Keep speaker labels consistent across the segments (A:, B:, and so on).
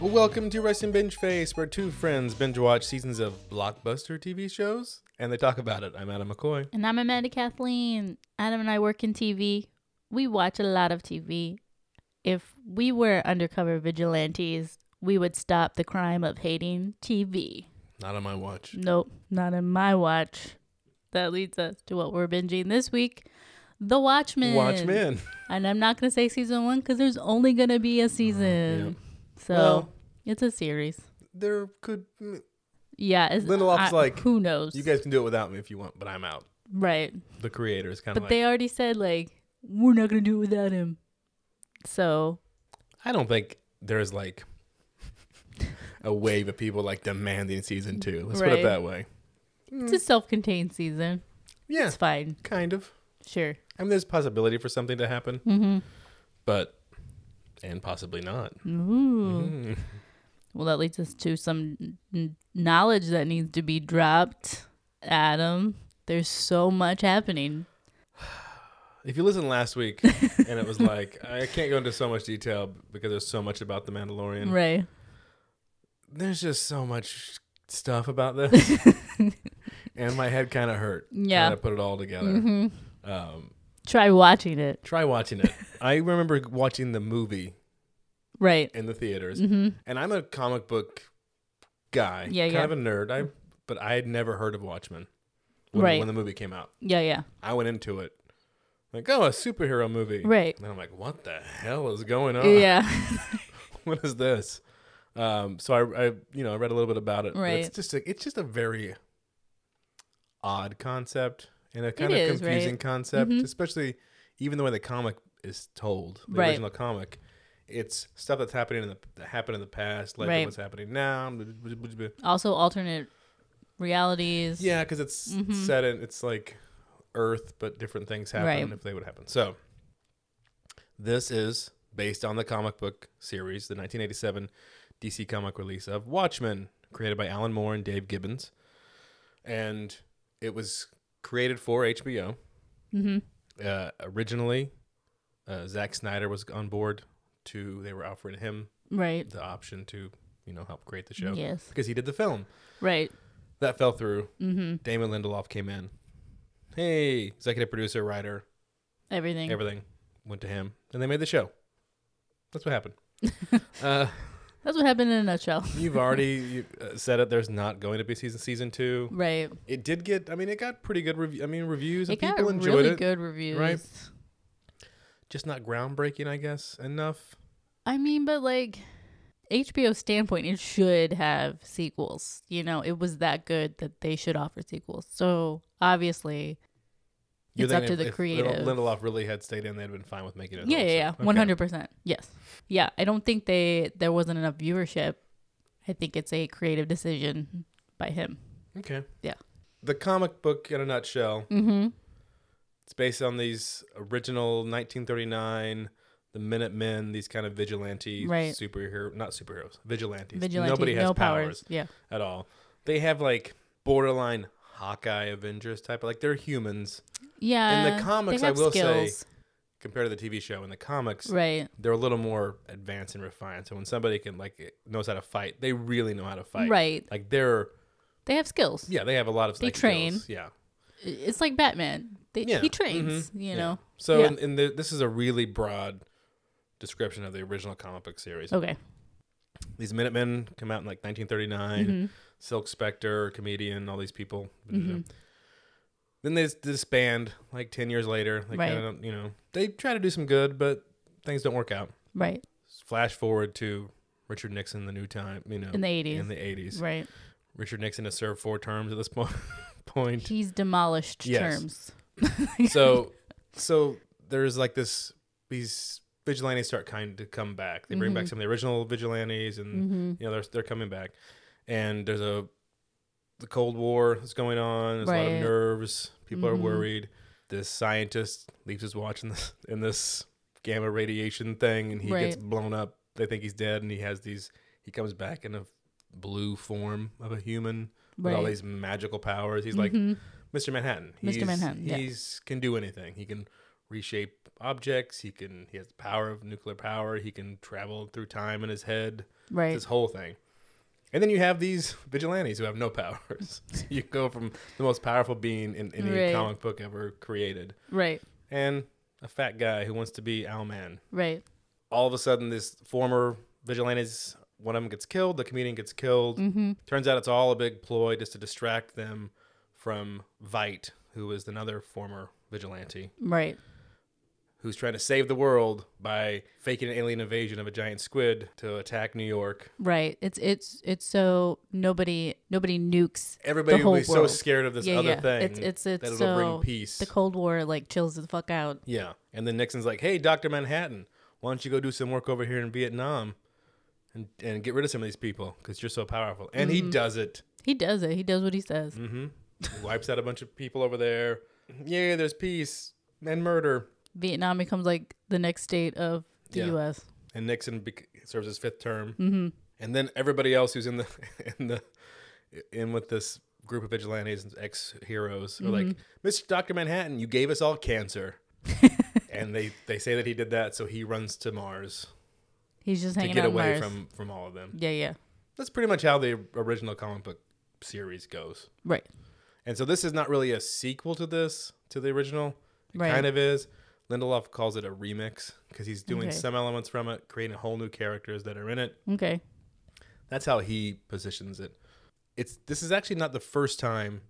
A: Welcome to Rest and Binge Face, where two friends binge watch seasons of blockbuster TV shows and they talk about it. I'm Adam McCoy.
B: And I'm Amanda Kathleen. Adam and I work in TV. We watch a lot of TV. If we were undercover vigilantes, we would stop the crime of hating TV.
A: Not on my watch.
B: Nope, not in my watch. That leads us to what we're binging this week The Watchmen.
A: Watchmen.
B: And I'm not going to say season one because there's only going to be a season. So
A: Mm, Well-
B: it's a series.
A: There could
B: Yeah. It's,
A: Lindelof's
B: I-
A: like,
B: who knows?
A: you guys can do it without me if you want, but I'm out.
B: right.
A: The creator is kind of
B: But
A: like
B: they already said, like, we're not going to do it without him. So
A: I don't think there's like a wave of people like demanding season two. Let's put it
B: Right.
A: that way. Mm,
B: It's a self-contained season.
A: Yeah,
B: It's fine.
A: kind of.
B: Sure.
A: I mean, there's possibility for something to happen,
B: Mm-hmm.
A: but and possibly not.
B: Ooh.
A: Mm.
B: Well, that leads us to some n- knowledge that needs to be dropped, Adam. There's so much happening.
A: If you listened last week, and it was like I can't go into so much detail because there's so much about the Mandalorian.
B: Right.
A: There's just so much stuff about this, and my head kind of hurt.
B: Yeah.
A: trying to put it all together.
B: hmm
A: Um,
B: Try watching it.
A: try watching it. I remember watching the movie
B: Right.
A: in the theaters,
B: Mm-hmm.
A: and I'm a comic book guy,
B: Yeah,
A: kind
B: yeah.
A: of a nerd. I but I had never heard of Watchmen when,
B: Right.
A: when the movie came out.
B: Yeah. Yeah.
A: I went into it like, oh, a superhero movie,
B: Right.
A: And I'm like, what the hell is going on?
B: Yeah.
A: what is this? Um, so I, I, you know, I read a little bit about it. but It's
B: Right.
A: just, a, it's just a very odd concept and a kind of
B: is, right?
A: confusing concept,
B: Mhm.
A: especially even the way the comic is told, the
B: Right.
A: original comic. It's stuff that's happening in the that happened in the past, like
B: Right.
A: what's happening now. blah, blah, blah, blah.
B: also, alternate realities.
A: Yeah, because it's
B: Mhm.
A: set in it's like Earth, but different things happen
B: Right.
A: if they would happen. So this is based on the comic book series, the 1987 DC comic release of Watchmen, created by Alan Moore and Dave Gibbons, and it was created for HBO
B: Mm-hmm.
A: uh, originally. Uh, Zack Snyder was on board to they were offering him
B: Right.
A: the option to you know help create the show
B: Yes.
A: because he did the film
B: Right.
A: that fell through
B: Mm-hmm.
A: Damon Lindelof came in. Hey, executive producer, writer,
B: Everything.
A: everything went to him, and they made the show. That's what happened. uh,
B: That's what happened in a nutshell.
A: you've already you, uh, said it. There's not going to be season season two.
B: Right.
A: It did get. I mean, it got pretty good review. I mean, reviews and
B: it got
A: people enjoyed
B: really
A: it.
B: good reviews.
A: Just not groundbreaking, I guess. Enough.
B: I mean, but like HBO standpoint, it should have sequels. You know, it was that good that they should offer sequels. So obviously, it's up
A: thinking
B: to
A: if-
B: the
A: if
B: creative.
A: Lindelof really had stayed in, they'd have been fine with making it.
B: yeah, yeah,
A: also.
B: yeah,
A: Okay.
B: one hundred percent. Yes, yeah. I don't think they there wasn't enough viewership. I think it's a creative decision by him.
A: Okay.
B: Yeah.
A: The comic book, in a nutshell,
B: Mm-hmm.
A: It's based on these original 1939, the Minutemen, these kind of vigilante
B: Right.
A: superhero, not superheroes, vigilantes.
B: Vigilante,
A: Nobody has
B: no
A: powers.
B: powers. Yeah,
A: at all. They have like borderline Hawkeye Avengers type. Like they're humans
B: yeah. they
A: comics, I
B: have
A: will say, compared to the TV show. In the comics,
B: right,
A: they're a little more advanced and refined. So when somebody can like knows how to fight, they really know how to fight.
B: right.
A: Like they're
B: They have skills.
A: yeah, they have a lot of
B: They
A: like,
B: train.
A: skills. Yeah.
B: It's like Batman. They,
A: Yeah. Mm-hmm.
B: He trains. You
A: Yeah.
B: know.
A: So,
B: Yeah.
A: and, and the, this is a really broad description of the original comic book series.
B: Okay.
A: These Minutemen come out in like 1939.
B: Mhm.
A: Silk Spectre, comedian, all these people.
B: Mhm.
A: Then they s- disband like 10 years later. They
B: Right.
A: kinda don't- you know, they try to do some good, but things don't work out.
B: Right
A: Flash forward to Richard Nixon, the new time, you know,
B: in the eighties.
A: in the 80s.
B: Right.
A: Richard Nixon has served four terms at this point. point.
B: He's demolished
A: Yes.
B: terms.
A: so so there's like this these vigilantes start kind to come back they bring back
B: Mhm.
A: some of the original vigilantes and
B: hmm
A: you know they're, they're coming back and there's a the cold war is going on there's a lot
B: Right.
A: of nerves people
B: Mhm.
A: are worried this scientist leaves his watch in this in this gamma radiation thing and he gets
B: Right.
A: blown up they think he's dead and he has these he comes back in a blue form of a human with all these magical powers he's like
B: Mhm.
A: Mr. Manhattan.
B: Mr.
A: He's-
B: Manhattan, yeah.
A: He's can do anything. He can reshape objects. He can he has the power of nuclear power. He can travel through time in his head.
B: Right.
A: This whole thing. And then you have these vigilantes who have no powers. So you go from the most powerful being in any
B: Right.
A: comic book ever created,
B: Right.
A: and a fat guy who wants to be Owlman.
B: Right.
A: All of a sudden, this former vigilantes, one of them gets killed. The comedian gets killed.
B: Mm-hmm.
A: Turns out it's all a big ploy just to distract them from Vite, who is another former vigilante
B: Right.
A: who's trying to save the world by faking an alien invasion of a giant squid to attack New York.
B: Right. It's it's it's so nobody nobody nukes
A: Everybody
B: the
A: will
B: whole
A: be so
B: world.
A: scared of this
B: Yeah,
A: other
B: yeah.
A: thing
B: It's- it's- it's
A: that it'll
B: so-
A: bring peace.
B: the Cold War like chills the fuck out.
A: yeah. And then Nixon's like, hey, Dr. Manhattan, why don't you go do some work over here in Vietnam and, and get rid of some of these people because you're so powerful. And
B: Mm-hmm.
A: he does it.
B: He does it. He does what he says.
A: hmm He wipes out a bunch of people over there. Yeah, there's peace and murder.
B: Vietnam becomes like the next state of the
A: Yeah.
B: U.S.
A: and Nixon bec- serves his fifth term,
B: Mhm.
A: and then everybody else who's in the in the in with this group of vigilantes and ex heroes are
B: Mm-hmm.
A: like, "Mr. Doctor Manhattan, you gave us all cancer," and they they say that he did that, so he runs to Mars
B: He's just
A: to
B: hanging
A: get
B: out on
A: away
B: Mars.
A: from from all of them.
B: Yeah. Yeah.
A: That's pretty much how the original comic book series goes,
B: Right.
A: and so this is not really a sequel to this to the original. It
B: Right.
A: kind of is. Lindelof calls it a remix because he's doing
B: Okay.
A: some elements from it, creating whole new characters that are in it.
B: Okay.
A: That's how he positions it. It's this is actually not the first time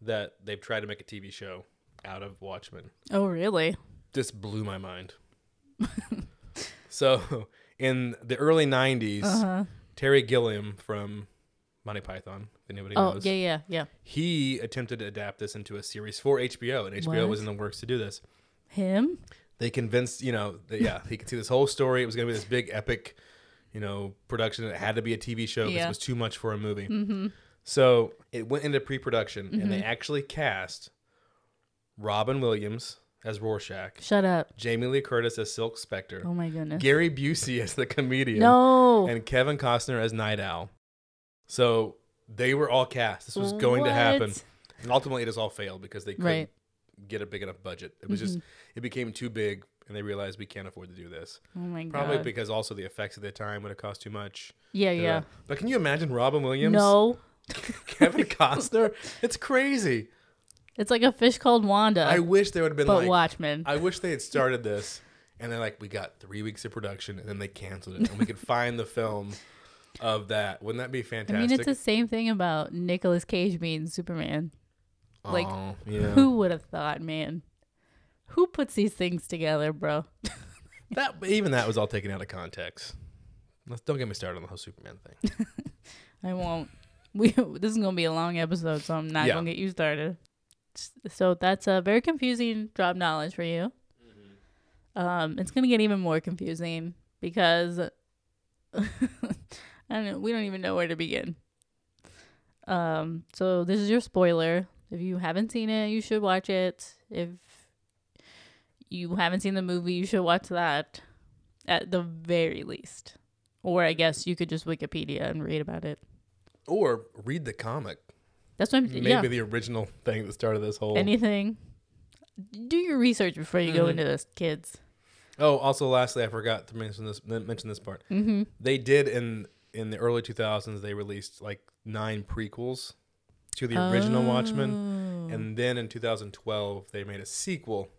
A: that they've tried to make a TV show out of Watchmen.
B: Oh really?
A: This blew my mind. so, in the early '90s,
B: Uh-huh.
A: Terry Gilliam from Monty Python, if anybody
B: Oh
A: knows,
B: yeah. Yeah. Yeah.
A: he attempted to adapt this into a series for HBO, and HBO was
B: What?
A: in the works to do this.
B: Him.
A: They convinced, you know, that, yeah, he could see this whole story. It was going to be this big epic, you know, production. It had to be a TV show because
B: Yeah.
A: it was too much for a movie.
B: Mm-hmm.
A: So it went into pre production and they actually cast Robin Williams as Rorschach,
B: Shut up.
A: Jamie Lee Curtis as Silk Spectre,
B: Oh my goodness.
A: Gary Busey as the comedian,
B: no.
A: and Kevin Costner as Night Owl. So they were all cast. This was going to happen.
B: What?
A: And ultimately, it has all failed because they couldn't
B: Right. Mm-hmm.
A: get a big enough budget. It was just, it became too big and they realized we can't afford to do this.
B: Oh my god.
A: Probably because also the effects at the time would have cost too much.
B: yeah. Yeah.
A: But can you imagine Robin Williams?
B: No.
A: Kevin Costner. It's crazy.
B: It's like a fish called Wanda,
A: I wish there would have been
B: but
A: like
B: Watchmen.
A: I wish they had started this and they're like, we got three weeks of production and then they canceled it and we could find the film of that. Wouldn't that be
B: I
A: fantastic?
B: mean, it's the same thing about Nicolas Cage being Superman. like,
A: Aw, yeah.
B: Who would have thought, man? Who puts these things together, bro?
A: that even that was all taken out of context. Let's, don't get me started on the whole Superman thing.
B: I won't. We this is gonna be a long episode, so I'm not
A: Yeah.
B: gonna get you started. S- So that's a very confusing job knowledge for you. Um, it's gonna get even more confusing because I don't. know, We don't even know where to begin. Um, so this is your spoiler. If you haven't seen it, you should watch it. If you haven't seen the movie, you should watch that at the very least. Or I guess you could just Wikipedia and read about it.
A: Or read the comic.
B: That's what I'm
A: Maybe
B: yeah.
A: the original thing that started this whole.
B: Anything. Do your research before you go
A: Mhm.
B: into this, kids.
A: oh, also, lastly, I forgot to mention this. Mention this part.
B: Mm-hmm.
A: They did in in the early 2000s. They released like nine prequels to the original Watchmen.
B: Oh.
A: And then in 2012, they made a sequel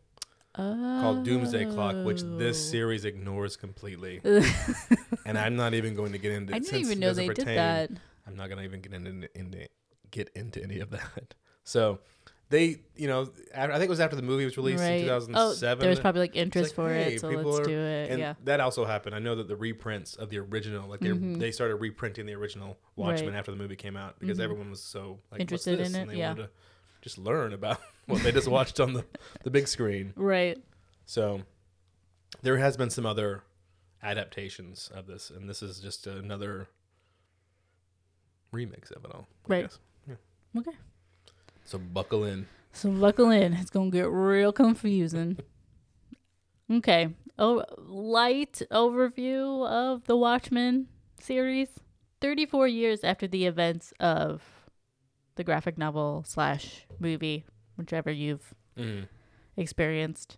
B: Oh.
A: called Doomsday Clock, which this series ignores completely. and I'm not even going to get into.
B: I didn't
A: since
B: even
A: it
B: know
A: doesn't
B: they did
A: pertain,
B: that.
A: I'm not going to even get into, into get into any of that. So they, you know, I I think it was after the movie was released in
B: Right. Oh,
A: 2007.
B: there was probably like
A: like,
B: interest for
A: hey,
B: it, so
A: people
B: let's
A: are-
B: do it.
A: and
B: Uh, yeah.
A: that also happened. I know that the reprints of the original, like they
B: Mhm.
A: they started reprinting the original Watchmen
B: Right.
A: after the movie came out because
B: Mhm.
A: everyone was so like,
B: Interested
A: What's
B: in
A: this?
B: it,
A: and they
B: yeah.
A: wanted to just learn about what they just watched on the the big screen.
B: Right.
A: So there has been some other adaptations of this, and this is just another remix of it all. I
B: Right.
A: guess. Yeah.
B: Okay.
A: So buckle in.
B: So buckle in. It's gonna get real confusing. okay. Oh, light overview of the Watchmen series. Thirty-four years after the events of the graphic novel slash movie, whichever you've
A: Mm.
B: experienced,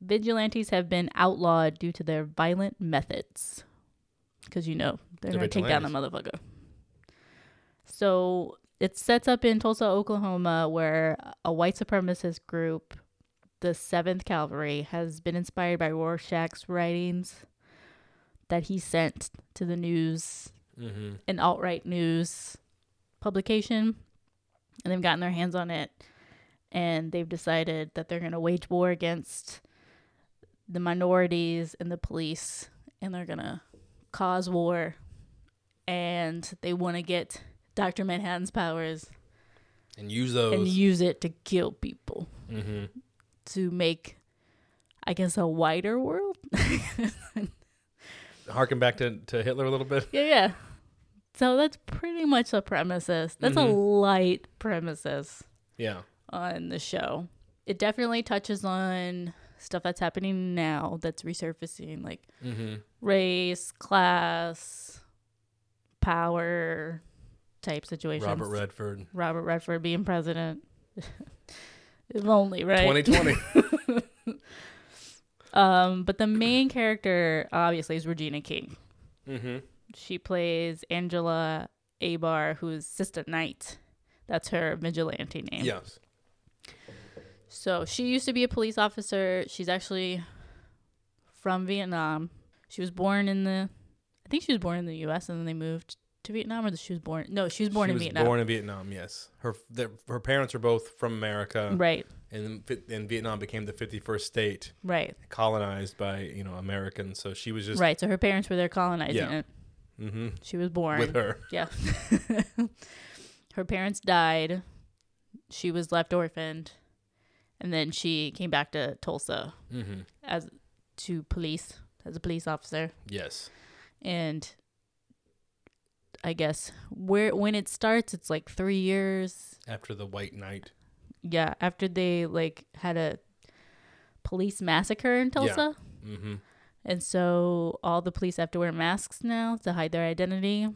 B: Vigilantes have been outlawed due to their violent methods. Because, you know, they're,
A: They're
B: going to take down the motherfucker. So it sets up in Tulsa, Oklahoma, where a white supremacist group, the 7th Cavalry, has been inspired by Rorschach's writings that he sent to the news
A: Mm-hmm.
B: an alt right news publication, and they've gotten their hands on it, and they've decided that they're going to wage war against the minorities and the police, and they're going to cause war, and they want to get Dr. Manhattan's powers
A: And use
B: and
A: those.
B: use it to kill people
A: mm-hmm.
B: to make, I guess, a wider world.
A: Harken back to, to Hitler a little bit.
B: Yeah, yeah. So that's pretty much a premises. That's a light premises.
A: Yeah.
B: on the show. It definitely touches on stuff that's happening now that's resurfacing, like
A: Mm-hmm.
B: race, class, power type situations.
A: Robert Redford.
B: Robert Redford being president. if only, right?
A: 2020.
B: Um, but the main character obviously is Regina King.
A: mm-hmm.
B: She plays Angela Abar, who's Sister Knight. That's her vigilante name.
A: Yes.
B: So she used to be a police officer. She's actually from Vietnam. She was born in the, I think she was born in the U.S. and then they moved to Vietnam, or that she was born. No, she was born
A: she
B: in
A: was
B: Vietnam.
A: Born in Vietnam. Yes. Her their, her parents are both from America,
B: right,
A: and Fi- and Vietnam became the 51st state
B: right,
A: colonized by you know Americans. So she was just
B: right. So her parents were there colonizing
A: Yeah.
B: it.
A: hmm
B: She was born.
A: with her.
B: Yeah. her parents died. She was left orphaned, and then she came back to Tulsa
A: Mm-hmm.
B: as to police as a police officer.
A: Yes.
B: and I guess where when it starts, it's like three years.
A: After the White Knight.
B: Yeah, after they like had a police massacre in Tulsa,
A: Mm-hmm.
B: and so all the police have to wear masks now to hide their identity,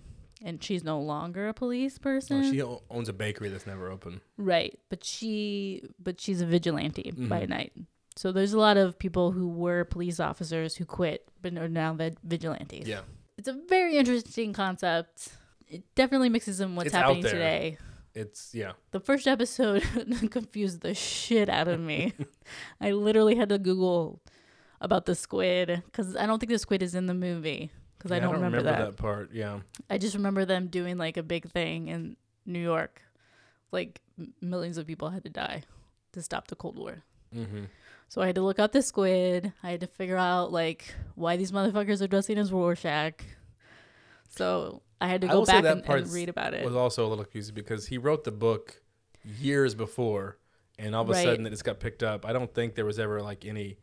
B: and she's no longer a police person,
A: Oh, she o- owns a bakery that's never open.
B: right? But she but she's a vigilante by
A: Mhm.
B: night. So there's a lot of people who were police officers who quit but are now vig- vigilantes.
A: Yeah.
B: It's a very interesting concept. It definitely mixes in what's
A: It's out
B: happening
A: there.
B: today.
A: It's yeah.
B: The first episode confused the shit out of me. I literally had to Google about the squid because I don't think the squid is in the movie because
A: Yeah,
B: I, don't remember, that.
A: part. Yeah.
B: I just remember them doing like a big thing in New York. Like m- millions of people had to die to stop the Cold War.
A: Mm-hmm.
B: So I had to look up the squid. I had to figure out like why these motherfuckers are dressing as Rorschach. So I had to
A: I
B: go
A: will say
B: back
A: that
B: and, and
A: part's-
B: read about it.
A: was also a little confusing because he wrote the book years before, and all of a
B: Right.
A: sudden it just got picked up. I don't think there was ever like any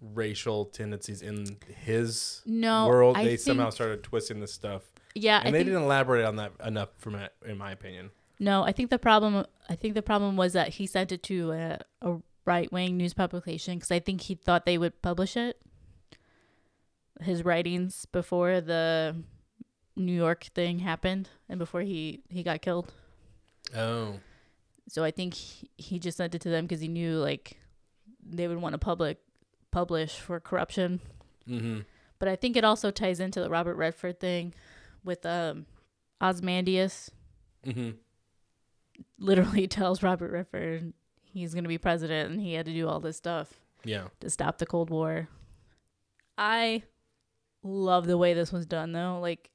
A: racial tendencies in his
B: No,
A: world.
B: I
A: they somehow
B: think-
A: started twisting this stuff,
B: yeah,
A: and
B: I
A: they
B: think,
A: didn't elaborate on that enough, from my, in my opinion.
B: no. I think the problem. I think the problem was that he sent it to a, a right wing news publication because I think he thought they would publish it. His writings before the New York thing happened and before he he got killed.
A: Oh,
B: so I think he, he just sent it to them because he knew like they would want to public publish for corruption.
A: mm-hmm.
B: But I think it also ties into the Robert Redford thing with um, Osmandius.
A: Mm-hmm.
B: Literally tells Robert Redford he's going to be president and he had to do all this stuff
A: yeah,
B: to stop the Cold War. I love the way this was done though. Like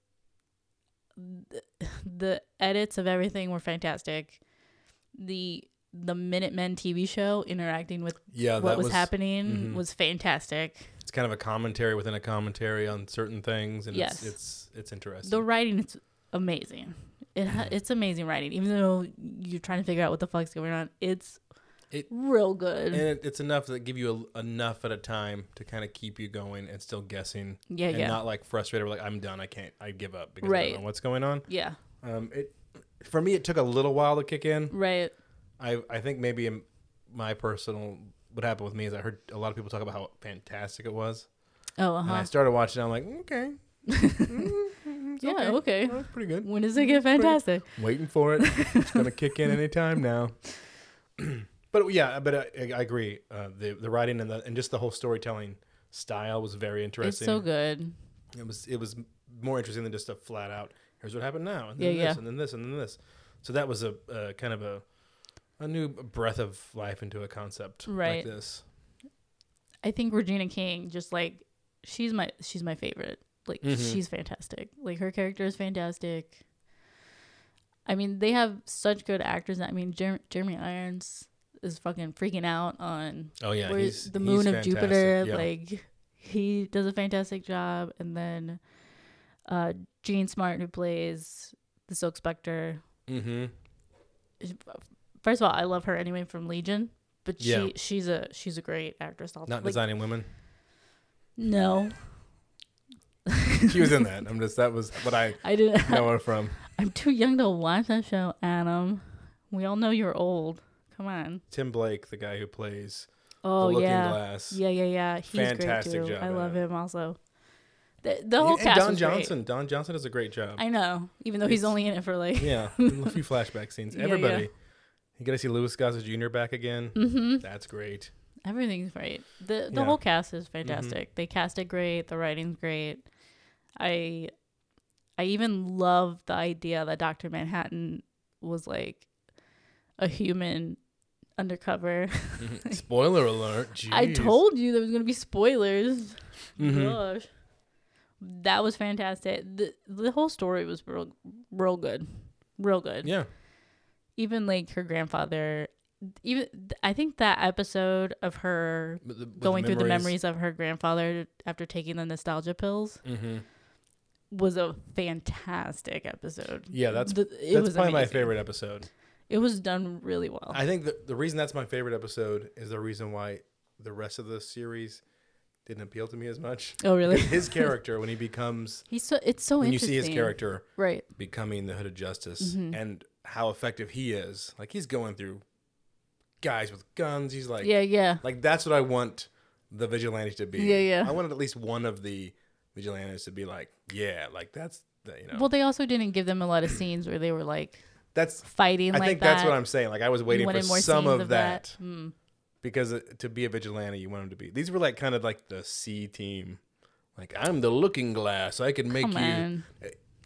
B: th- the edits of everything were fantastic. The the Minutemen TV show interacting with
A: yeah.
B: what
A: Oh, that
B: was,
A: was,
B: happening
A: mhm.
B: was fantastic.
A: It's kind of a commentary within a commentary on certain things, and it's
B: Yes.
A: it's it's interesting.
B: The writing is amazing. It ha-
A: Mm-hmm.
B: it's amazing writing, even though you're trying to figure out what the fuck's going on. It's
A: It-
B: real good.
A: and it, it's enough that give you a, enough at a time to kind of keep you going and still guessing
B: yeah,
A: and
B: yeah,
A: not like frustrated. Like I'm done. I can't. I give up because I
B: Right.
A: don't know what's going on.
B: yeah,
A: Um, it for me, it took a little while to kick in.
B: right.
A: I I think maybe in my personal what happened with me is I heard a lot of people talk about how fantastic it was,
B: Oh, uh
A: and I
B: huh.
A: started watching. I'm like, okay, Mm-hmm,
B: Yeah, okay.
A: well, that's pretty good.
B: When does it get fantastic?
A: Waiting for it. it's gonna kick in anytime now. But yeah, but I, I agree. Uh, the the writing and the and just the whole storytelling style was very
B: It's
A: interesting.
B: so good.
A: It was it was more interesting than just a flat out. Here's what happened now, and
B: Yeah,
A: then this,
B: yeah.
A: and then this, and then this. So that was a uh, kind of a a new breath of life into a concept
B: Right.
A: like this.
B: I think Regina King just like she's my she's my favorite. Like
A: Mhm.
B: she's fantastic. Like her character is fantastic. I mean, they have such good actors. I mean, Jer- Jeremy Irons is fucking freaking out on
A: Oh yeah,
B: where
A: he's
B: the moon
A: he's
B: of
A: fantastic.
B: Jupiter.
A: Yeah.
B: Like he does a fantastic job, and then uh, Gene Smart who plays the Silk Spectre.
A: Mhm.
B: is- First of all, I love her anyway from Legion, but she
A: Yeah.
B: she's a she's a great actress. Also.
A: not
B: Like,
A: designing women.
B: No,
A: She was in that. I'm just that was what I
B: I didn't.
A: know her from.
B: I'm too young to watch that show, Adam. We all know you're old. Come on.
A: Tim Blake, the guy who plays The
B: Oh
A: Looking
B: yeah,
A: Glass.
B: yeah, yeah, yeah. He's
A: Fantastic
B: great too.
A: job,
B: I love
A: Adam.
B: him also. The, the whole
A: and
B: cast
A: Don
B: was great.
A: Johnson. Don Johnson does a great job.
B: I know, even though he's
A: It's-
B: only in it for like.
A: yeah, a few flashback scenes.
B: Yeah, yeah.
A: Everybody, you gotta see Louis Gossett Jr. back again.
B: hmm
A: That's great.
B: Everything's great. the The
A: Yeah. Mm-hmm.
B: whole cast is fantastic. They cast it great. The writing's great. I, I even love the idea that Doctor Manhattan was like a human undercover.
A: Spoiler alert.
B: I
A: jeez.
B: told you there was gonna be spoilers.
A: Mhm.
B: Gosh, that was fantastic. the The whole story was real, real good, real good.
A: Yeah.
B: Even like her grandfather. Even I think that episode of her
A: But the- with
B: going through the memories of her grandfather after taking the nostalgia pills
A: Mhm.
B: was a fantastic episode.
A: Yeah, that's
B: The- it
A: that's
B: was
A: probably my
B: amazing. Oh.
A: favorite episode.
B: It was done really well.
A: I think the the reason that's my favorite episode is the reason why the rest of the series didn't appeal to me as much.
B: oh really?
A: His character when he becomes
B: He's so it's so
A: when you
B: interesting. Mm-hmm.
A: see his character
B: right?
A: becoming the Hood of Justice and how effective he is. Like he's going through guys with guns. He's like,
B: yeah, yeah.
A: like that's what I want the vigilantes to be.
B: Yeah, yeah.
A: I wanted at least one of the vigilantes to be like, yeah, like that's the, you know,
B: Well, they also didn't give them a lot of scenes where they were like
A: that's.
B: fighting
A: I
B: like
A: think
B: that.
A: that's what I'm saying. Like I was waiting for
B: wanted more
A: some
B: scenes
A: of, that,
B: Mm.
A: because it, to be a vigilante, you want him to be. These were like kind of like the C team. Like I'm the Looking Glass. I can make
B: Come
A: you.
B: on.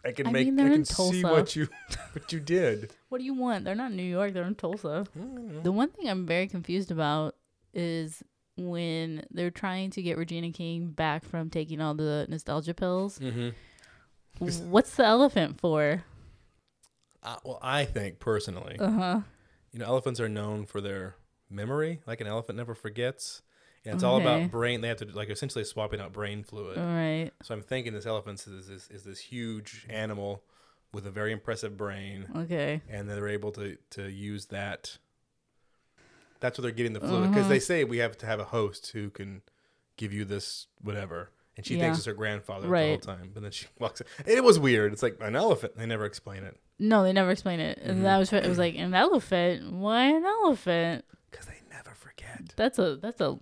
A: I can
B: I
A: make.
B: mean, they're
A: I
B: in
A: can see
B: Tulsa.
A: what you what you did.
B: What do you want? They're not in New York. They're in Tulsa. The one thing I'm very confused about is when they're trying to get Regina King back from taking all the nostalgia pills.
A: Mm-hmm.
B: What's the elephant for?
A: I, Uh, well, I think personally,
B: Uh huh.
A: you know, elephants are known for their memory. Like an elephant never forgets, and it's all
B: Okay. Mm.
A: about brain. They have to like essentially swapping out brain fluid.
B: All right.
A: So I'm thinking this elephant is, is is this huge animal with a very impressive brain,
B: Okay.
A: and they're able to to use that. That's where they're getting the fluid because
B: Mm-hmm.
A: they say we have to have a host who can give you this whatever. And she
B: Yeah.
A: thinks it's her grandfather
B: Right.
A: the whole time, but then she walks. It was weird. It's like an elephant. They never explain it
B: No, they never explain it. And that was it was like an elephant. Why an elephant?
A: because they never forget.
B: That's a that's a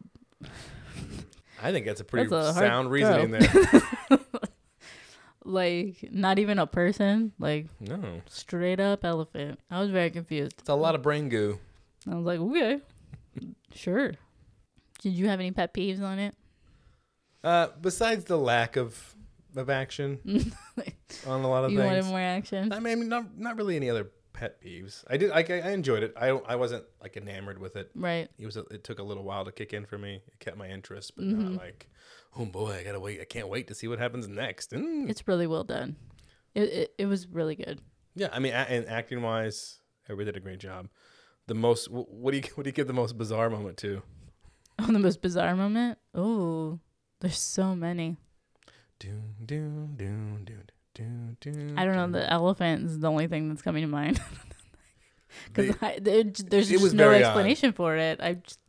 A: I think that's a pretty
B: That's a hard
A: sound reasoning
B: throw.
A: there.
B: like not even a person. Like
A: no.
B: straight up elephant. I was very confused.
A: It's a lot of brain goo.
B: I was like, okay, sure. Did you have any pet peeves on it?
A: Uh, besides the lack of of action on a lot of
B: you wanted
A: things.
B: more action?
A: I mean, I mean, not not really any other pet peeves. I did. I, I enjoyed it. I I wasn't like enamored with it.
B: Right.
A: It was. A, it took a little while to kick in for me. It kept my interest, but
B: Mm-hmm.
A: not like, oh boy, I gotta wait. I can't wait to see what happens next. Mm.
B: It's really well done. It, it, it was really good.
A: Yeah, I mean, a- and acting wise, everybody did a great job. The most. wh- What do you what do you give the most bizarre moment to?
B: On the most bizarre moment. Oh, there's so many.
A: Doom, doom, doom, doom, doom, doom.
B: I don't know. The elephant is the only thing that's coming to mind
A: They-
B: because there's
A: it
B: just
A: was
B: no
A: very odd.
B: explanation for it. I just,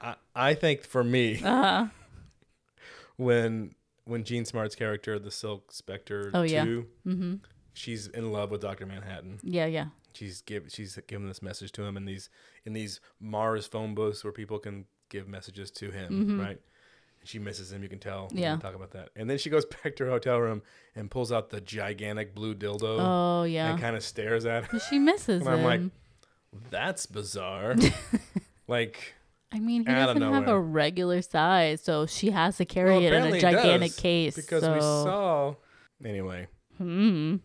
A: I, I think for me,
B: uh,
A: when when Jean Smart's character, the Silk Spectre,
B: Oh, yeah.
A: two,
B: mm-hmm.
A: she's in love with Doctor Manhattan.
B: yeah, yeah,
A: She's give she's given this message to him in these in these Mars phone booths where people can give messages to him, right? She misses him, you can tell. We
B: Mm-hmm. Yeah.
A: can talk about that. And then she goes back to her hotel room and pulls out the gigantic blue dildo
B: oh yeah.
A: and kind of stares at him.
B: But she misses
A: And I'm like,
B: him.
A: That's bizarre. Like,
B: I mean, he
A: Outta
B: doesn't have
A: nowhere.
B: a regular size, so she has to carry
A: well,
B: it in
A: apparently
B: a
A: it
B: gigantic
A: does,
B: case.
A: Because
B: so.
A: we saw. Anyway, it
B: Hmm.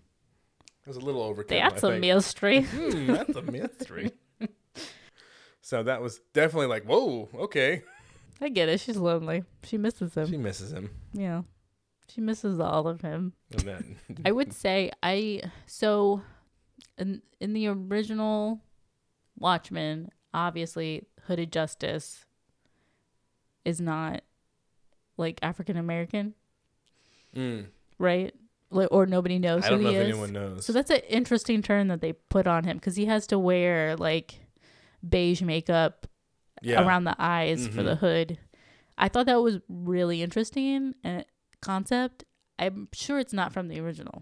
A: was a little overkill.
B: That's
A: I
B: a
A: think.
B: mystery.
A: Hmm, that's a mystery. so that was definitely like, whoa, okay.
B: I get it. She's lonely. She misses him.
A: She misses him.
B: yeah. She misses all of him.
A: And then
B: I would say I so in in the original Watchmen, obviously Hooded Justice is not like African American,
A: Mm.
B: right? Like, or nobody knows
A: I
B: who
A: don't know
B: he
A: if
B: is.
A: anyone knows.
B: So that's an interesting turn that they put on him because he has to wear like beige makeup
A: yeah.
B: around the eyes for the
A: Mhm.
B: hood. I thought that was really interesting uh, concept. I'm sure it's not from the original.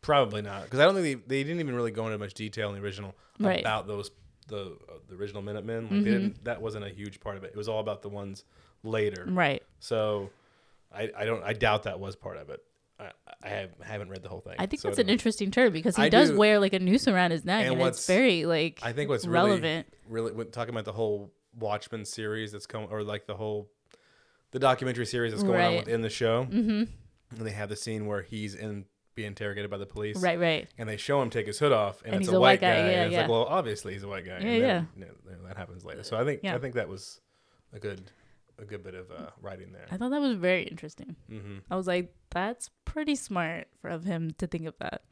A: Probably not, because I don't think they, they didn't even really go into much detail in the original
B: Right.
A: about those the uh, the original Minutemen. Like
B: Mhm.
A: they didn't, that wasn't a huge part of it. It was all about the ones later.
B: Right.
A: So I, I don't I doubt that was part of it. I, I have, haven't read the whole thing.
B: I think
A: so
B: that's
A: don't
B: an
A: know.
B: interesting term because he
A: I
B: does
A: do-
B: wear like a noose around his neck,
A: And
B: and,
A: what's-
B: it's very like
A: I think what's really-
B: relevant.
A: really when talking about the whole Watchmen series that's coming, or like the whole the documentary series that's going on
B: Right.
A: within the show.
B: mm-hmm.
A: And they have the scene where he's in being interrogated by the police,
B: Right. Right.
A: And they show him take his hood off, and,
B: And
A: it's
B: he's
A: a white guy.
B: yeah,
A: and it's like,
B: yeah.
A: well, obviously he's a white guy.
B: Yeah,
A: and
B: yeah.
A: then, you know, that happens later. So I think
B: Yeah.
A: I think that was a good a good bit of uh, writing there.
B: I thought that was very interesting.
A: hmm
B: I was like, that's pretty smart for- of him to think of that.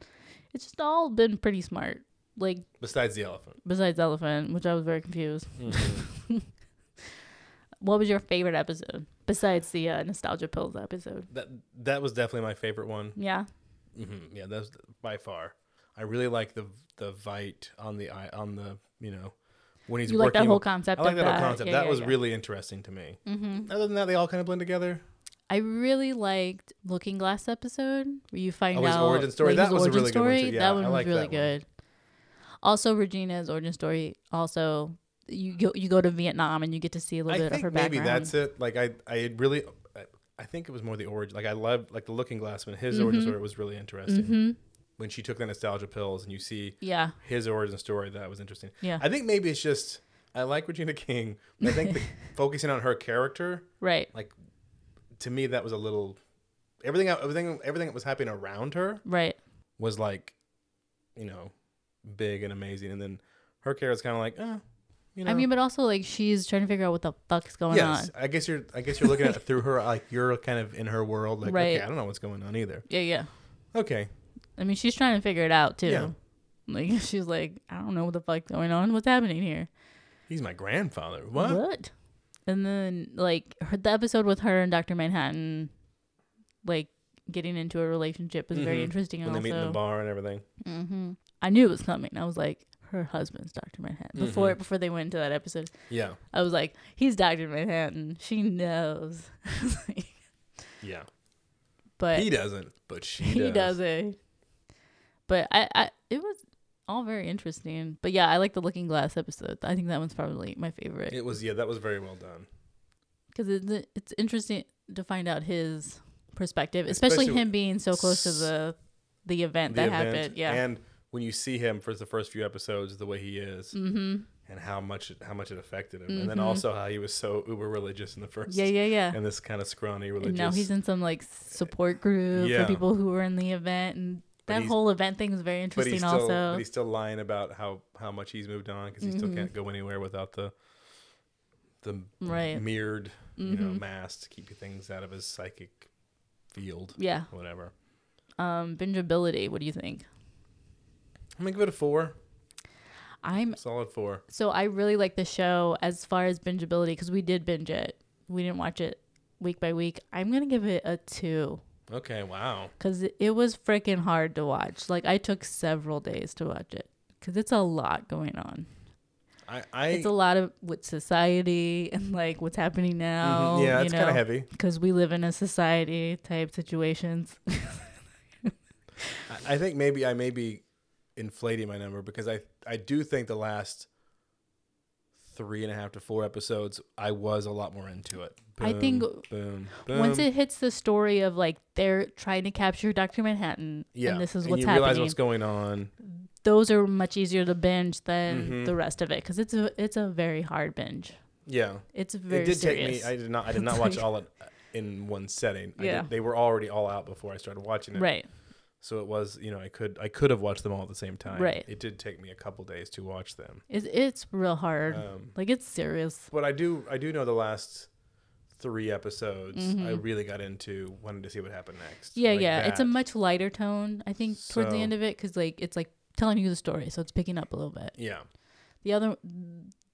B: It's just all been pretty smart. Like
A: Besides the elephant,
B: besides elephant, which I was very confused.
A: Mhm.
B: What was your favorite episode besides the uh, nostalgia pills episode?
A: that that was definitely my favorite one.
B: Yeah.
A: Mm-hmm. Yeah, that's by far. I really like the the Vite on the eye on the you know when he's
B: you like
A: working.
B: that whole concept.
A: I like
B: of
A: that whole concept.
B: Yeah,
A: that
B: yeah,
A: was
B: yeah.
A: really interesting to me.
B: Mhm.
A: Other than that, they all kind of blend together.
B: I really liked Looking Glass episode where you find
A: Oh, his
B: out
A: origin story?
B: like,
A: That
B: his
A: was a
B: origin
A: really good one,
B: story.
A: too. Yeah,
B: that one
A: I
B: was
A: like
B: really
A: that one.
B: good. Also, Regina's origin story. Also, you go you go to Vietnam and you get to see a little
A: I
B: bit of her
A: think
B: background.
A: maybe that's it. Like I, I had really, I- I think it was more the origin. Like I loved like the Looking Glass when his
B: Mm-hmm.
A: origin story was really interesting.
B: hmm
A: When she took the nostalgia pills and you see
B: Yeah,
A: his origin story, that was interesting.
B: Yeah.
A: I think maybe it's just I like Regina King, but I think the, focusing on her character,
B: right,
A: like to me, that was a little everything. Everything, everything that was happening around her
B: right.
A: was like, you know, big and amazing, and then her character's kind of like, eh, you know.
B: I mean, but also like she's trying to figure out what the fuck's going
A: Yes,
B: on.
A: I guess you're. I guess you're looking at it through her. Like you're kind of in her world. Like,
B: Right.
A: okay, I don't know what's going on either.
B: Yeah, yeah.
A: Okay,
B: I mean, she's trying to figure it out too.
A: Yeah.
B: Like she's like, I don't know what the fuck's going on. What's happening here?
A: he's my grandfather. What?
B: And then like her, the episode with her and Doctor Manhattan, like getting into a relationship was very
A: Mhm.
B: interesting.
A: When they
B: also,
A: meet in the bar and everything.
B: hmm I knew it was coming. I was like, her husband's Doctor Manhattan.
A: Mm-hmm.
B: Before before they went into that episode,
A: Yeah,
B: I was like, he's Doctor Manhattan. She knows,
A: yeah.
B: but
A: he
B: he,
A: doesn't, but she does.
B: does. not But I, I, it was all very interesting. But yeah, I like the Looking Glass episode. I think that one's probably my favorite.
A: It was yeah. That was very well done.
B: because it's, it's interesting to find out his perspective, especially,
A: Especially
B: him being so close to
A: s-
B: the the event that happened. Yeah,
A: And when you see him for the first few episodes, the way he is,
B: mm-hmm.
A: and how much how much it affected him, and then also how he was so uber religious in the first.
B: yeah, yeah, yeah.
A: And this kind of scrawny
B: And,
A: religious.
B: now he's in some like support group
A: Yeah.
B: for people who were in the event, and
A: But
B: that
A: he's-
B: whole event thing is very
A: but
B: interesting.
A: he's still
B: also, Mm-hmm.
A: but he's still lying about how how much he's moved on because he still can't go anywhere without the the
B: Right. Mm-hmm.
A: mirrored you know mask to keep things out of his psychic field
B: yeah,
A: whatever
B: um, bingeability. What do you think?
A: i'm gonna give it a four
B: I'm
A: solid four
B: so I really like the show as far as bingeability because we did binge it. We didn't watch it week by week. I'm gonna give it a two.
A: okay wow
B: because it was freaking hard to watch. Like I took several days to watch it because it's a lot going on.
A: i i
B: It's a lot of with society and like what's happening now.
A: mhm, yeah
B: you
A: it's kind
B: know,
A: of heavy
B: because we live in a society type situations.
A: I, I think maybe i may be inflating my number because i i do think the last three and a half to four episodes i was a lot more into it
B: I think
A: Boom, boom, boom.
B: Once it hits the story of like they're trying to capture Doctor Manhattan,
A: yeah
B: and this is
A: and
B: what's
A: you realize
B: happening.
A: what's going on
B: Those are much easier to binge than
A: Mhm.
B: the rest of it because it's a it's a very hard binge.
A: Yeah.
B: It's very
A: it did
B: serious.
A: take me. I did not. I did not
B: It's
A: watch
B: like-
A: all it in one setting. I
B: Yeah.
A: did, they were already all out before I started watching it.
B: right.
A: So it was. You know, I could. I could have watched them all at the same time.
B: Right.
A: It did take me a couple days to watch them.
B: It's, it's real hard.
A: Um,
B: like it's serious.
A: but I do. I do know the last three episodes. I really got into wanted to see what happened next.
B: Mm-hmm. Yeah,
A: Like
B: yeah. It's a
A: that.
B: much lighter tone, I think, towards the
A: So-
B: end of it, because like it's like telling you the story, so it's picking up a little bit.
A: Yeah.
B: The other,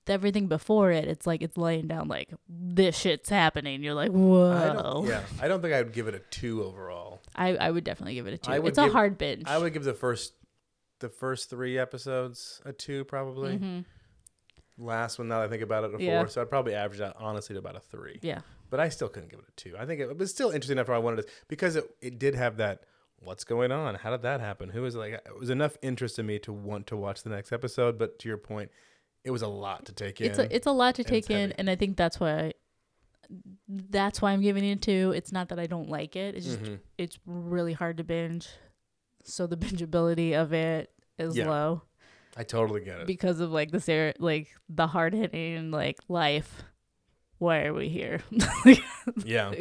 B: everything before it, it's like it's laying down like this shit's happening. You're like,
A: I
B: whoa.
A: don't, yeah. I don't think I would give it a two overall.
B: I, I would definitely give it a
A: I
B: two.
A: would
B: It's a
A: give-
B: hard binge.
A: I would give the first the first three episodes a two probably. Last one now that I think about it a four.
B: Mm-hmm. Yeah.
A: So I'd probably average out honestly to about a three.
B: yeah.
A: But I still couldn't give it a two. I think it, was still interesting enough where I wanted to because it, it did have that what's going on? How did that happen? Who is it? like it was enough interest in me to want to watch the next episode, but to your point, it was a lot to take in.
B: It's a, it's a lot to
A: it's
B: take in,
A: heavy.
B: and I think that's why that's why I'm giving it a two. It's not that I don't like it. It's just
A: Mhm.
B: it's really hard to binge, so the bingeability of it is
A: Yeah.
B: low
A: I totally get it.
B: because of like the ser- like the hard hitting like life. Why are we here? Like,
A: yeah.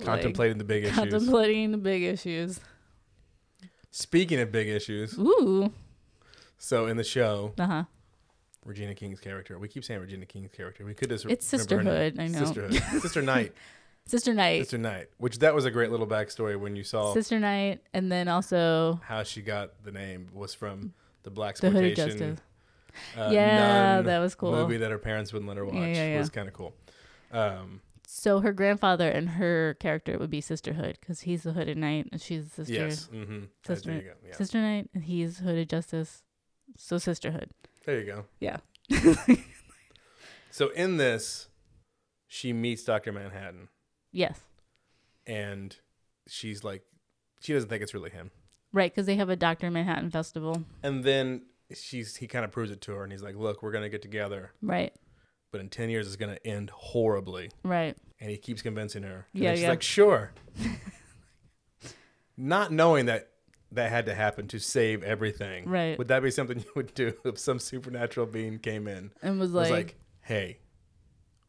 A: Contemplating the big issues.
B: contemplating the big issues.
A: Speaking of big issues,
B: Ooh,
A: so in the show,
B: uh huh.
A: Regina King's character. We keep saying Regina King's character. We could just
B: It's
A: remember her name.
B: sisterhood. I know. Sister,
A: Sisterhood. Sister Knight.
B: Knight. Sister,
A: Sister Knight. Which that was a great little backstory when you saw
B: Knight, and then also
A: how she got the name was from the black
B: the Hood of
A: exploitation. uh,
B: Justice. Yeah,
A: nun
B: that was cool.
A: Movie that her parents wouldn't let her watch
B: Yeah, yeah,
A: It was
B: yeah.
A: kind of cool. Um,
B: So her grandfather and her character would be sisterhood because he's the hooded knight and she's the sister
A: yes. Mm-hmm.
B: Sister-
A: There you go. Yeah.
B: sister knight and he's hooded justice. So sisterhood.
A: There you go.
B: Yeah.
A: So in this, she meets Doctor Manhattan,
B: Yes.
A: and she's like, she doesn't think it's really him.
B: Right, because they have a Doctor Manhattan festival.
A: And then she's he kind of proves it to her, and he's like, "Look, we're gonna get together,
B: Right.
A: but in ten years it's gonna end horribly."
B: Right.
A: And he keeps convincing her. And
B: Yeah,
A: then she's
B: yeah.
A: like, "Sure," not knowing that that had to happen to save everything.
B: Right.
A: Would that be something you would do if some supernatural being came in?
B: And was
A: and
B: like,
A: was like, "Hey,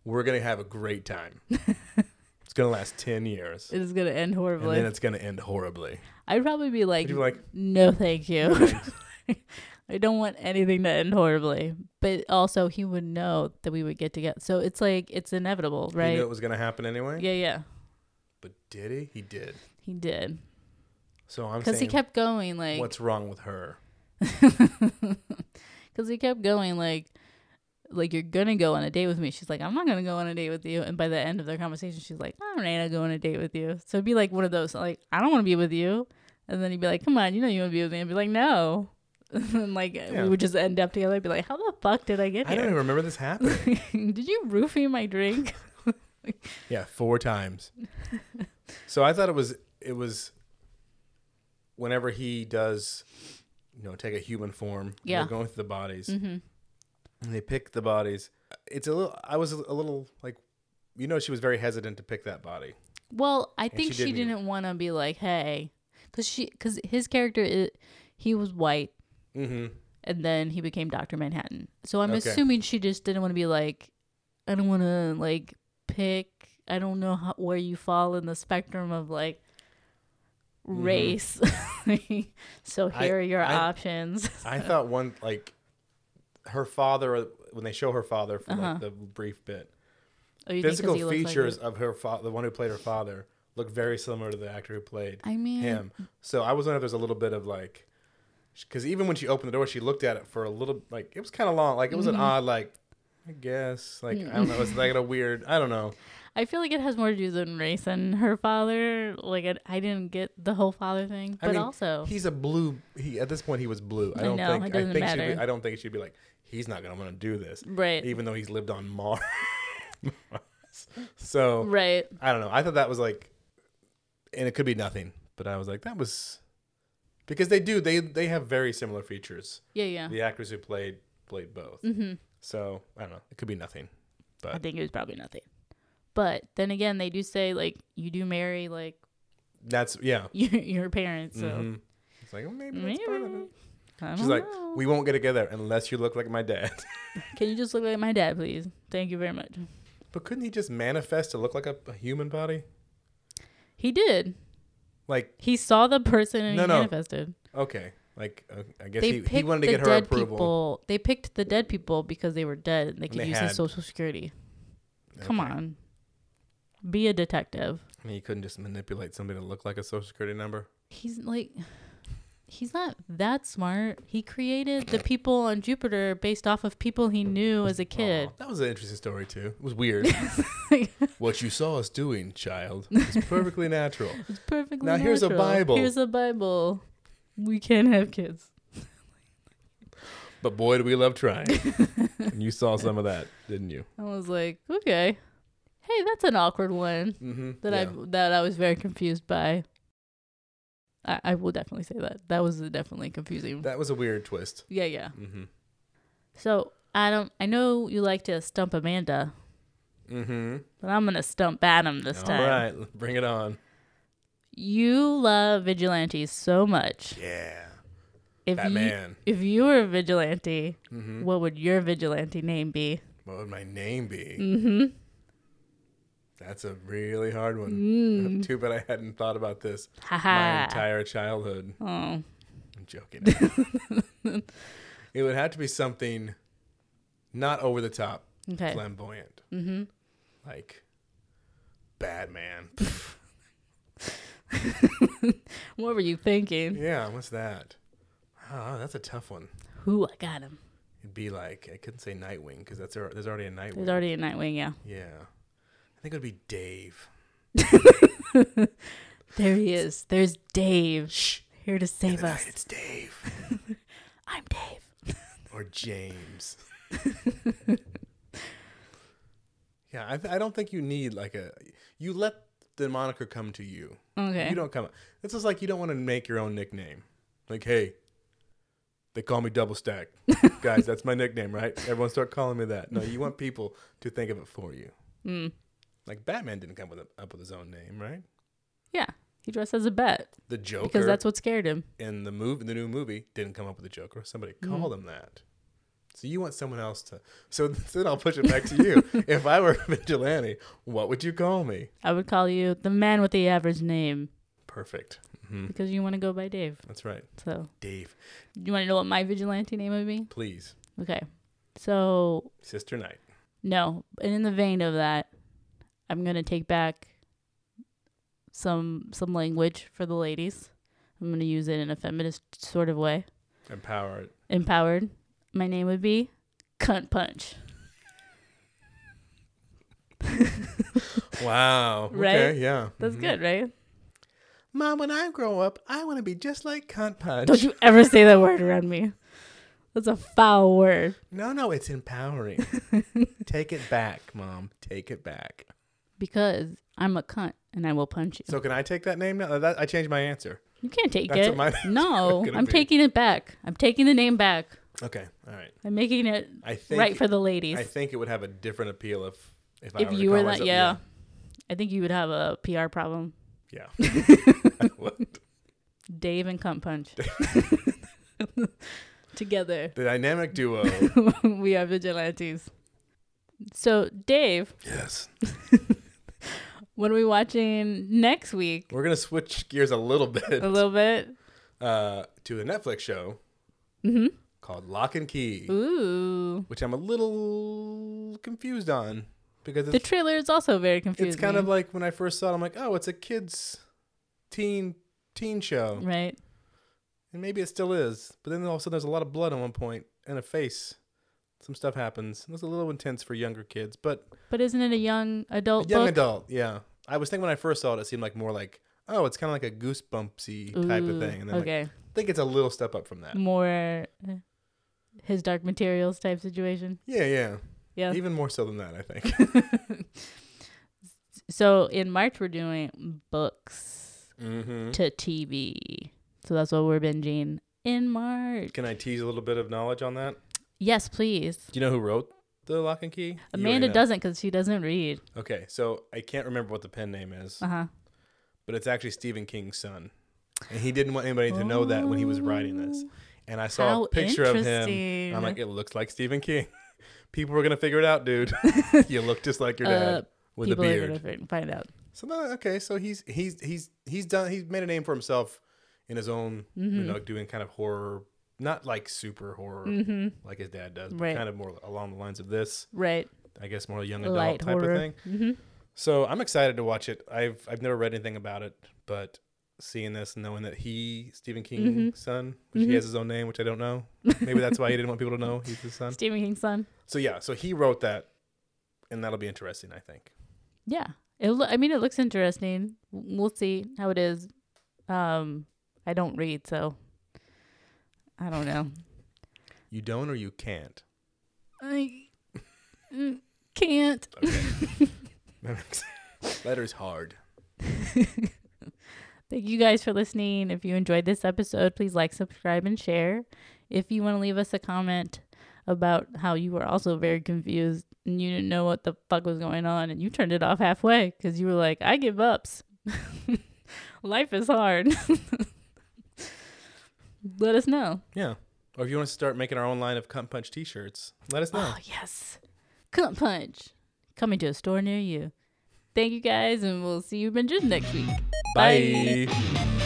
A: we're gonna have a great time. it's gonna last ten years,
B: it is gonna end
A: and
B: horribly.
A: then it's gonna end horribly."
B: I'd probably be like,
A: Would you be like,
B: No thank you. I don't want anything to end horribly. But also he would know that we would get together. So it's like it's inevitable,
A: "You
B: right?
A: knew it was gonna happen anyway."
B: yeah, yeah.
A: But did he? He did.
B: He did.
A: So I'm
B: Because
A: saying,
B: he kept going like
A: what's wrong with her?
B: because he kept going like like you're gonna go on a date with me she's like i'm not gonna go on a date with you and by the end of their conversation she's like i'm not gonna go on a date with you so it'd be like one of those like i don't want to be with you and then he'd be like come on you know you want to be with me and be like no and like
A: Yeah.
B: we would just end up together I'd be like how the fuck did i get
A: I don't
B: here
A: even remember this happening.
B: did you roofie my drink
A: yeah, four times. so I thought it was it was whenever he does, you know, take a human form. they're
B: Yeah.
A: going through the bodies.
B: Mm-hmm.
A: And they pick the bodies. It's a little. I was a little like, you know, she was very hesitant to pick that body.
B: Well, I
A: she
B: think she
A: didn't even-
B: didn't, want to be like, hey, because she, because his character, is, he was white,
A: Mhm.
B: and then he became Doctor Manhattan. So I'm
A: Okay.
B: assuming she just didn't want to be like, I don't want to like pick. I don't know how, where you fall in the spectrum of like race. so
A: Mm-hmm. I-
B: here are your
A: I-
B: options.
A: I thought one like her father when they show her father for
B: Uh-huh.
A: like the brief bit.
B: Oh, you think 'cause
A: Physical
B: he looks like
A: features
B: it?
A: of her father, the one who played her father, look very similar to the actor who played
B: I mean,
A: him. So I was wondering if there's a little bit of like, because even when she opened the door, she looked at it for a little, like it was kind of long. Like it was an
B: Mm-hmm.
A: odd, like I guess, like I don't know, it was like a weird, I don't know.
B: I feel like it has more to do than race and her father. Like, I, I didn't get the whole father thing,
A: I
B: but
A: mean,
B: also.
A: he's a blue. He at this point he was blue. I
B: I
A: don't
B: know, it
A: think. I
B: doesn't
A: think she'd be,
B: matter.
A: I don't think she'd be like, he's not gonna want to do this,
B: Right.
A: even though he's lived on Mars. so
B: Right.
A: I don't know. I thought that was like, and it could be nothing, but I was like, that was because they do they they have very similar features.
B: Yeah, yeah. Mm-hmm.
A: the actors who played played both. So I don't know. It could be nothing.
B: I think it was probably nothing. But then again, they do say like you do marry like
A: That's yeah. Mm-hmm.
B: your, your parents, so
A: Mhm. It's like well, maybe that's part of
B: Maybe.
A: it.
B: I
A: She's
B: don't
A: like,
B: know.
A: we won't get together unless you look like my dad.
B: Can you just look like my dad, please? Thank you very much.
A: but couldn't he just manifest to look like a, a human body?
B: He did.
A: Like,
B: He saw the person and
A: No,
B: he
A: no.
B: manifested.
A: okay. Like, uh, I guess
B: They
A: he,
B: picked
A: he wanted to
B: the
A: get her
B: dead
A: approval.
B: people. They picked the dead people because they were dead. and They could
A: they
B: use
A: had-
B: his social security. Come
A: Okay.
B: on, be a detective.
A: I mean, you couldn't just manipulate somebody to look like a social security number.
B: He's like, he's not that smart. He created the people on Jupiter based off of people he knew as a kid.
A: Aw, that was an interesting story too. It was weird. what you saw us doing, child, is perfectly natural.
B: It's perfectly
A: Now here's a
B: natural.
A: Bible.
B: Here's a Bible. We can't have kids.
A: But boy, do we love trying. and you saw some of that, didn't you?
B: I was like, okay, hey, that's an awkward one
A: Mm-hmm.
B: that I that I was very confused by. I, I will definitely say that that was definitely confusing.
A: That was a weird twist.
B: yeah, yeah.
A: Mm-hmm.
B: So Adam, I know you like to stump Amanda,
A: Mm-hmm.
B: but I'm gonna stump Adam this time.
A: All right, bring it on.
B: You love vigilantes so much.
A: Yeah,
B: If you
A: Batman.
B: if you were a vigilante,
A: Mm-hmm.
B: what would your vigilante name be?
A: What would my name be?
B: Mm-hmm.
A: That's a really hard one.
B: Mm.
A: Too bad I hadn't thought about this my
B: Haha.
A: entire childhood.
B: Oh.
A: I'm joking. it would have to be something not over the top,
B: Okay.
A: flamboyant,
B: Mm-hmm.
A: like Batman.
B: What were you thinking?
A: yeah, what's that? Oh, that's a tough one.
B: Who I got him.
A: It'd be like I couldn't say Nightwing because that's al- there's already a Nightwing.
B: There's already a Nightwing, yeah.
A: yeah, I think it would be Dave.
B: There he is. There's Dave. Here to save
A: Tonight
B: us.
A: It's Dave
B: I'm Dave.
A: or James. yeah, I, th- I don't think you need like a. You let the moniker come to you.
B: Okay.
A: You don't come. This is like you don't want to make your own nickname. Like, hey, they call me Double Stack, guys. That's my nickname, right? Everyone start calling me that. No, you want people to think of it for you.
B: Mm.
A: Like Batman didn't come with a, up with his own name, right?
B: Yeah. He dressed as a bat
A: The Joker
B: because that's what scared him.
A: in the move in the new movie didn't come up with the Joker. Somebody
B: Mm.
A: called him that. So you want someone else to. So then I'll push it back to you. if I were a vigilante, what would you call me?
B: I would call you the man with the average name
A: Perfect. hmm
B: because you want to go by Dave.
A: That's right,
B: So,
A: Dave.
B: you want to know what my vigilante name would be?
A: Please,
B: Okay. So,
A: Sister Knight.
B: No, and in the vein of that, I'm gonna take back some some language for the ladies. I'm gonna use it in a feminist sort of way.
A: Empower it.
B: Empowered. My name would be Cunt Punch.
A: Wow.
B: Right?
A: Okay. Yeah.
B: That's
A: Mhm.
B: good, right?
A: Mom, when I grow up, I want to be just like Cunt Punch.
B: Don't you ever say that word around me. That's a foul word.
A: No, no, it's empowering. Take it back, Mom. Take it back.
B: Because I'm a cunt and I will punch you.
A: So can I take that name now? That, I changed my answer.
B: you can't take
A: That's what
B: it.
A: my
B: no,
A: gonna
B: I'm
A: be.
B: taking it back. I'm taking the name back.
A: Okay. All right.
B: I'm making it
A: I think
B: right for the ladies.
A: I think it would have a different appeal if if, I
B: if
A: were to
B: you were
A: call
B: that,
A: myself-
B: yeah. I think you would have a PR problem.
A: yeah. yeah. What?
B: Dave and Cunt Punch. Together,
A: the dynamic duo.
B: we are vigilantes. So, Dave,
A: yes,
B: what are we watching next week?
A: we're gonna switch gears a little bit
B: A little bit.
A: uh, to a Netflix show
B: Mm-hmm.
A: called Lock and Key,
B: Ooh.
A: which I'm a little confused on because
B: The
A: it's,
B: trailer is also very confusing.
A: it's kind of like when I first saw it, I'm like, oh, it's a kids teen teen show,
B: Right.
A: and maybe it still is, but then all of a sudden there's a lot of blood at one point and a face. Some stuff happens. It was a little intense for younger kids, but
B: But isn't it a young adult
A: young
B: book?
A: adult yeah i was thinking when i first saw it it seemed like more like oh it's kind of like a goosebumpsy type of
B: Ooh,
A: thing and then like,
B: okay.
A: i think it's a little step up from that
B: More uh, his dark materials type situation.
A: yeah yeah
B: Yeah.
A: even more so than that i think
B: So, in March, we're doing books
A: mm-hmm.
B: to TV. So, that's what we're binging in March.
A: can i tease a little bit of knowledge on that
B: Yes, please.
A: do you know who wrote the lock and key You already
B: Amanda
A: know.
B: doesn't because she doesn't read.
A: okay so i can't remember what the pen name is
B: Uh huh.
A: but it's actually stephen king's son and he didn't want anybody to know that when he was writing this and I saw
B: Oh, How
A: a picture of him. and I'm
B: interesting.
A: like, it looks like Stephen King. People were gonna figure it out, dude. you look just like your dad
B: Uh,
A: with a
B: People
A: beard.
B: are gonna fi- find out.
A: So no, okay, so he's he's he's he's done he's made a name for himself in his own
B: Mm-hmm. Hmm.
A: you know doing kind of horror, not like super horror
B: Mm-hmm.
A: like his dad does, but
B: Right.
A: kind of more along the lines of this,
B: Right.
A: I guess more young adult
B: Light
A: type
B: horror. Mm-hmm.
A: of thing. So I'm excited to watch it. I've I've never read anything about it, but seeing this and knowing that he Stephen King's
B: Mm-hmm.
A: son, which he has his own name, which I don't know. Maybe that's why he didn't want people to know he's his son.
B: Stephen King's son.
A: So yeah, so he wrote that and that'll be interesting, I think.
B: Yeah. It lo- I mean, it looks interesting. W- We'll see how it is. Um, I don't read, so I don't know.
A: You don't or you can't.
B: I mm, can't.
A: That makes- Letter's hard.
B: Thank you guys for listening. If you enjoyed this episode, please like, subscribe, and share. If you want to leave us a comment about how you were also very confused and you didn't know what the fuck was going on and you turned it off halfway because you were like, I give ups. Life is hard. Let us know.
A: Yeah. Or if you want to start making our own line of Cunt Punch t shirts, let us know.
B: Oh, yes. Cunt Punch coming to a store near you. Thank you guys, and we'll see you binges next week.
A: Bye.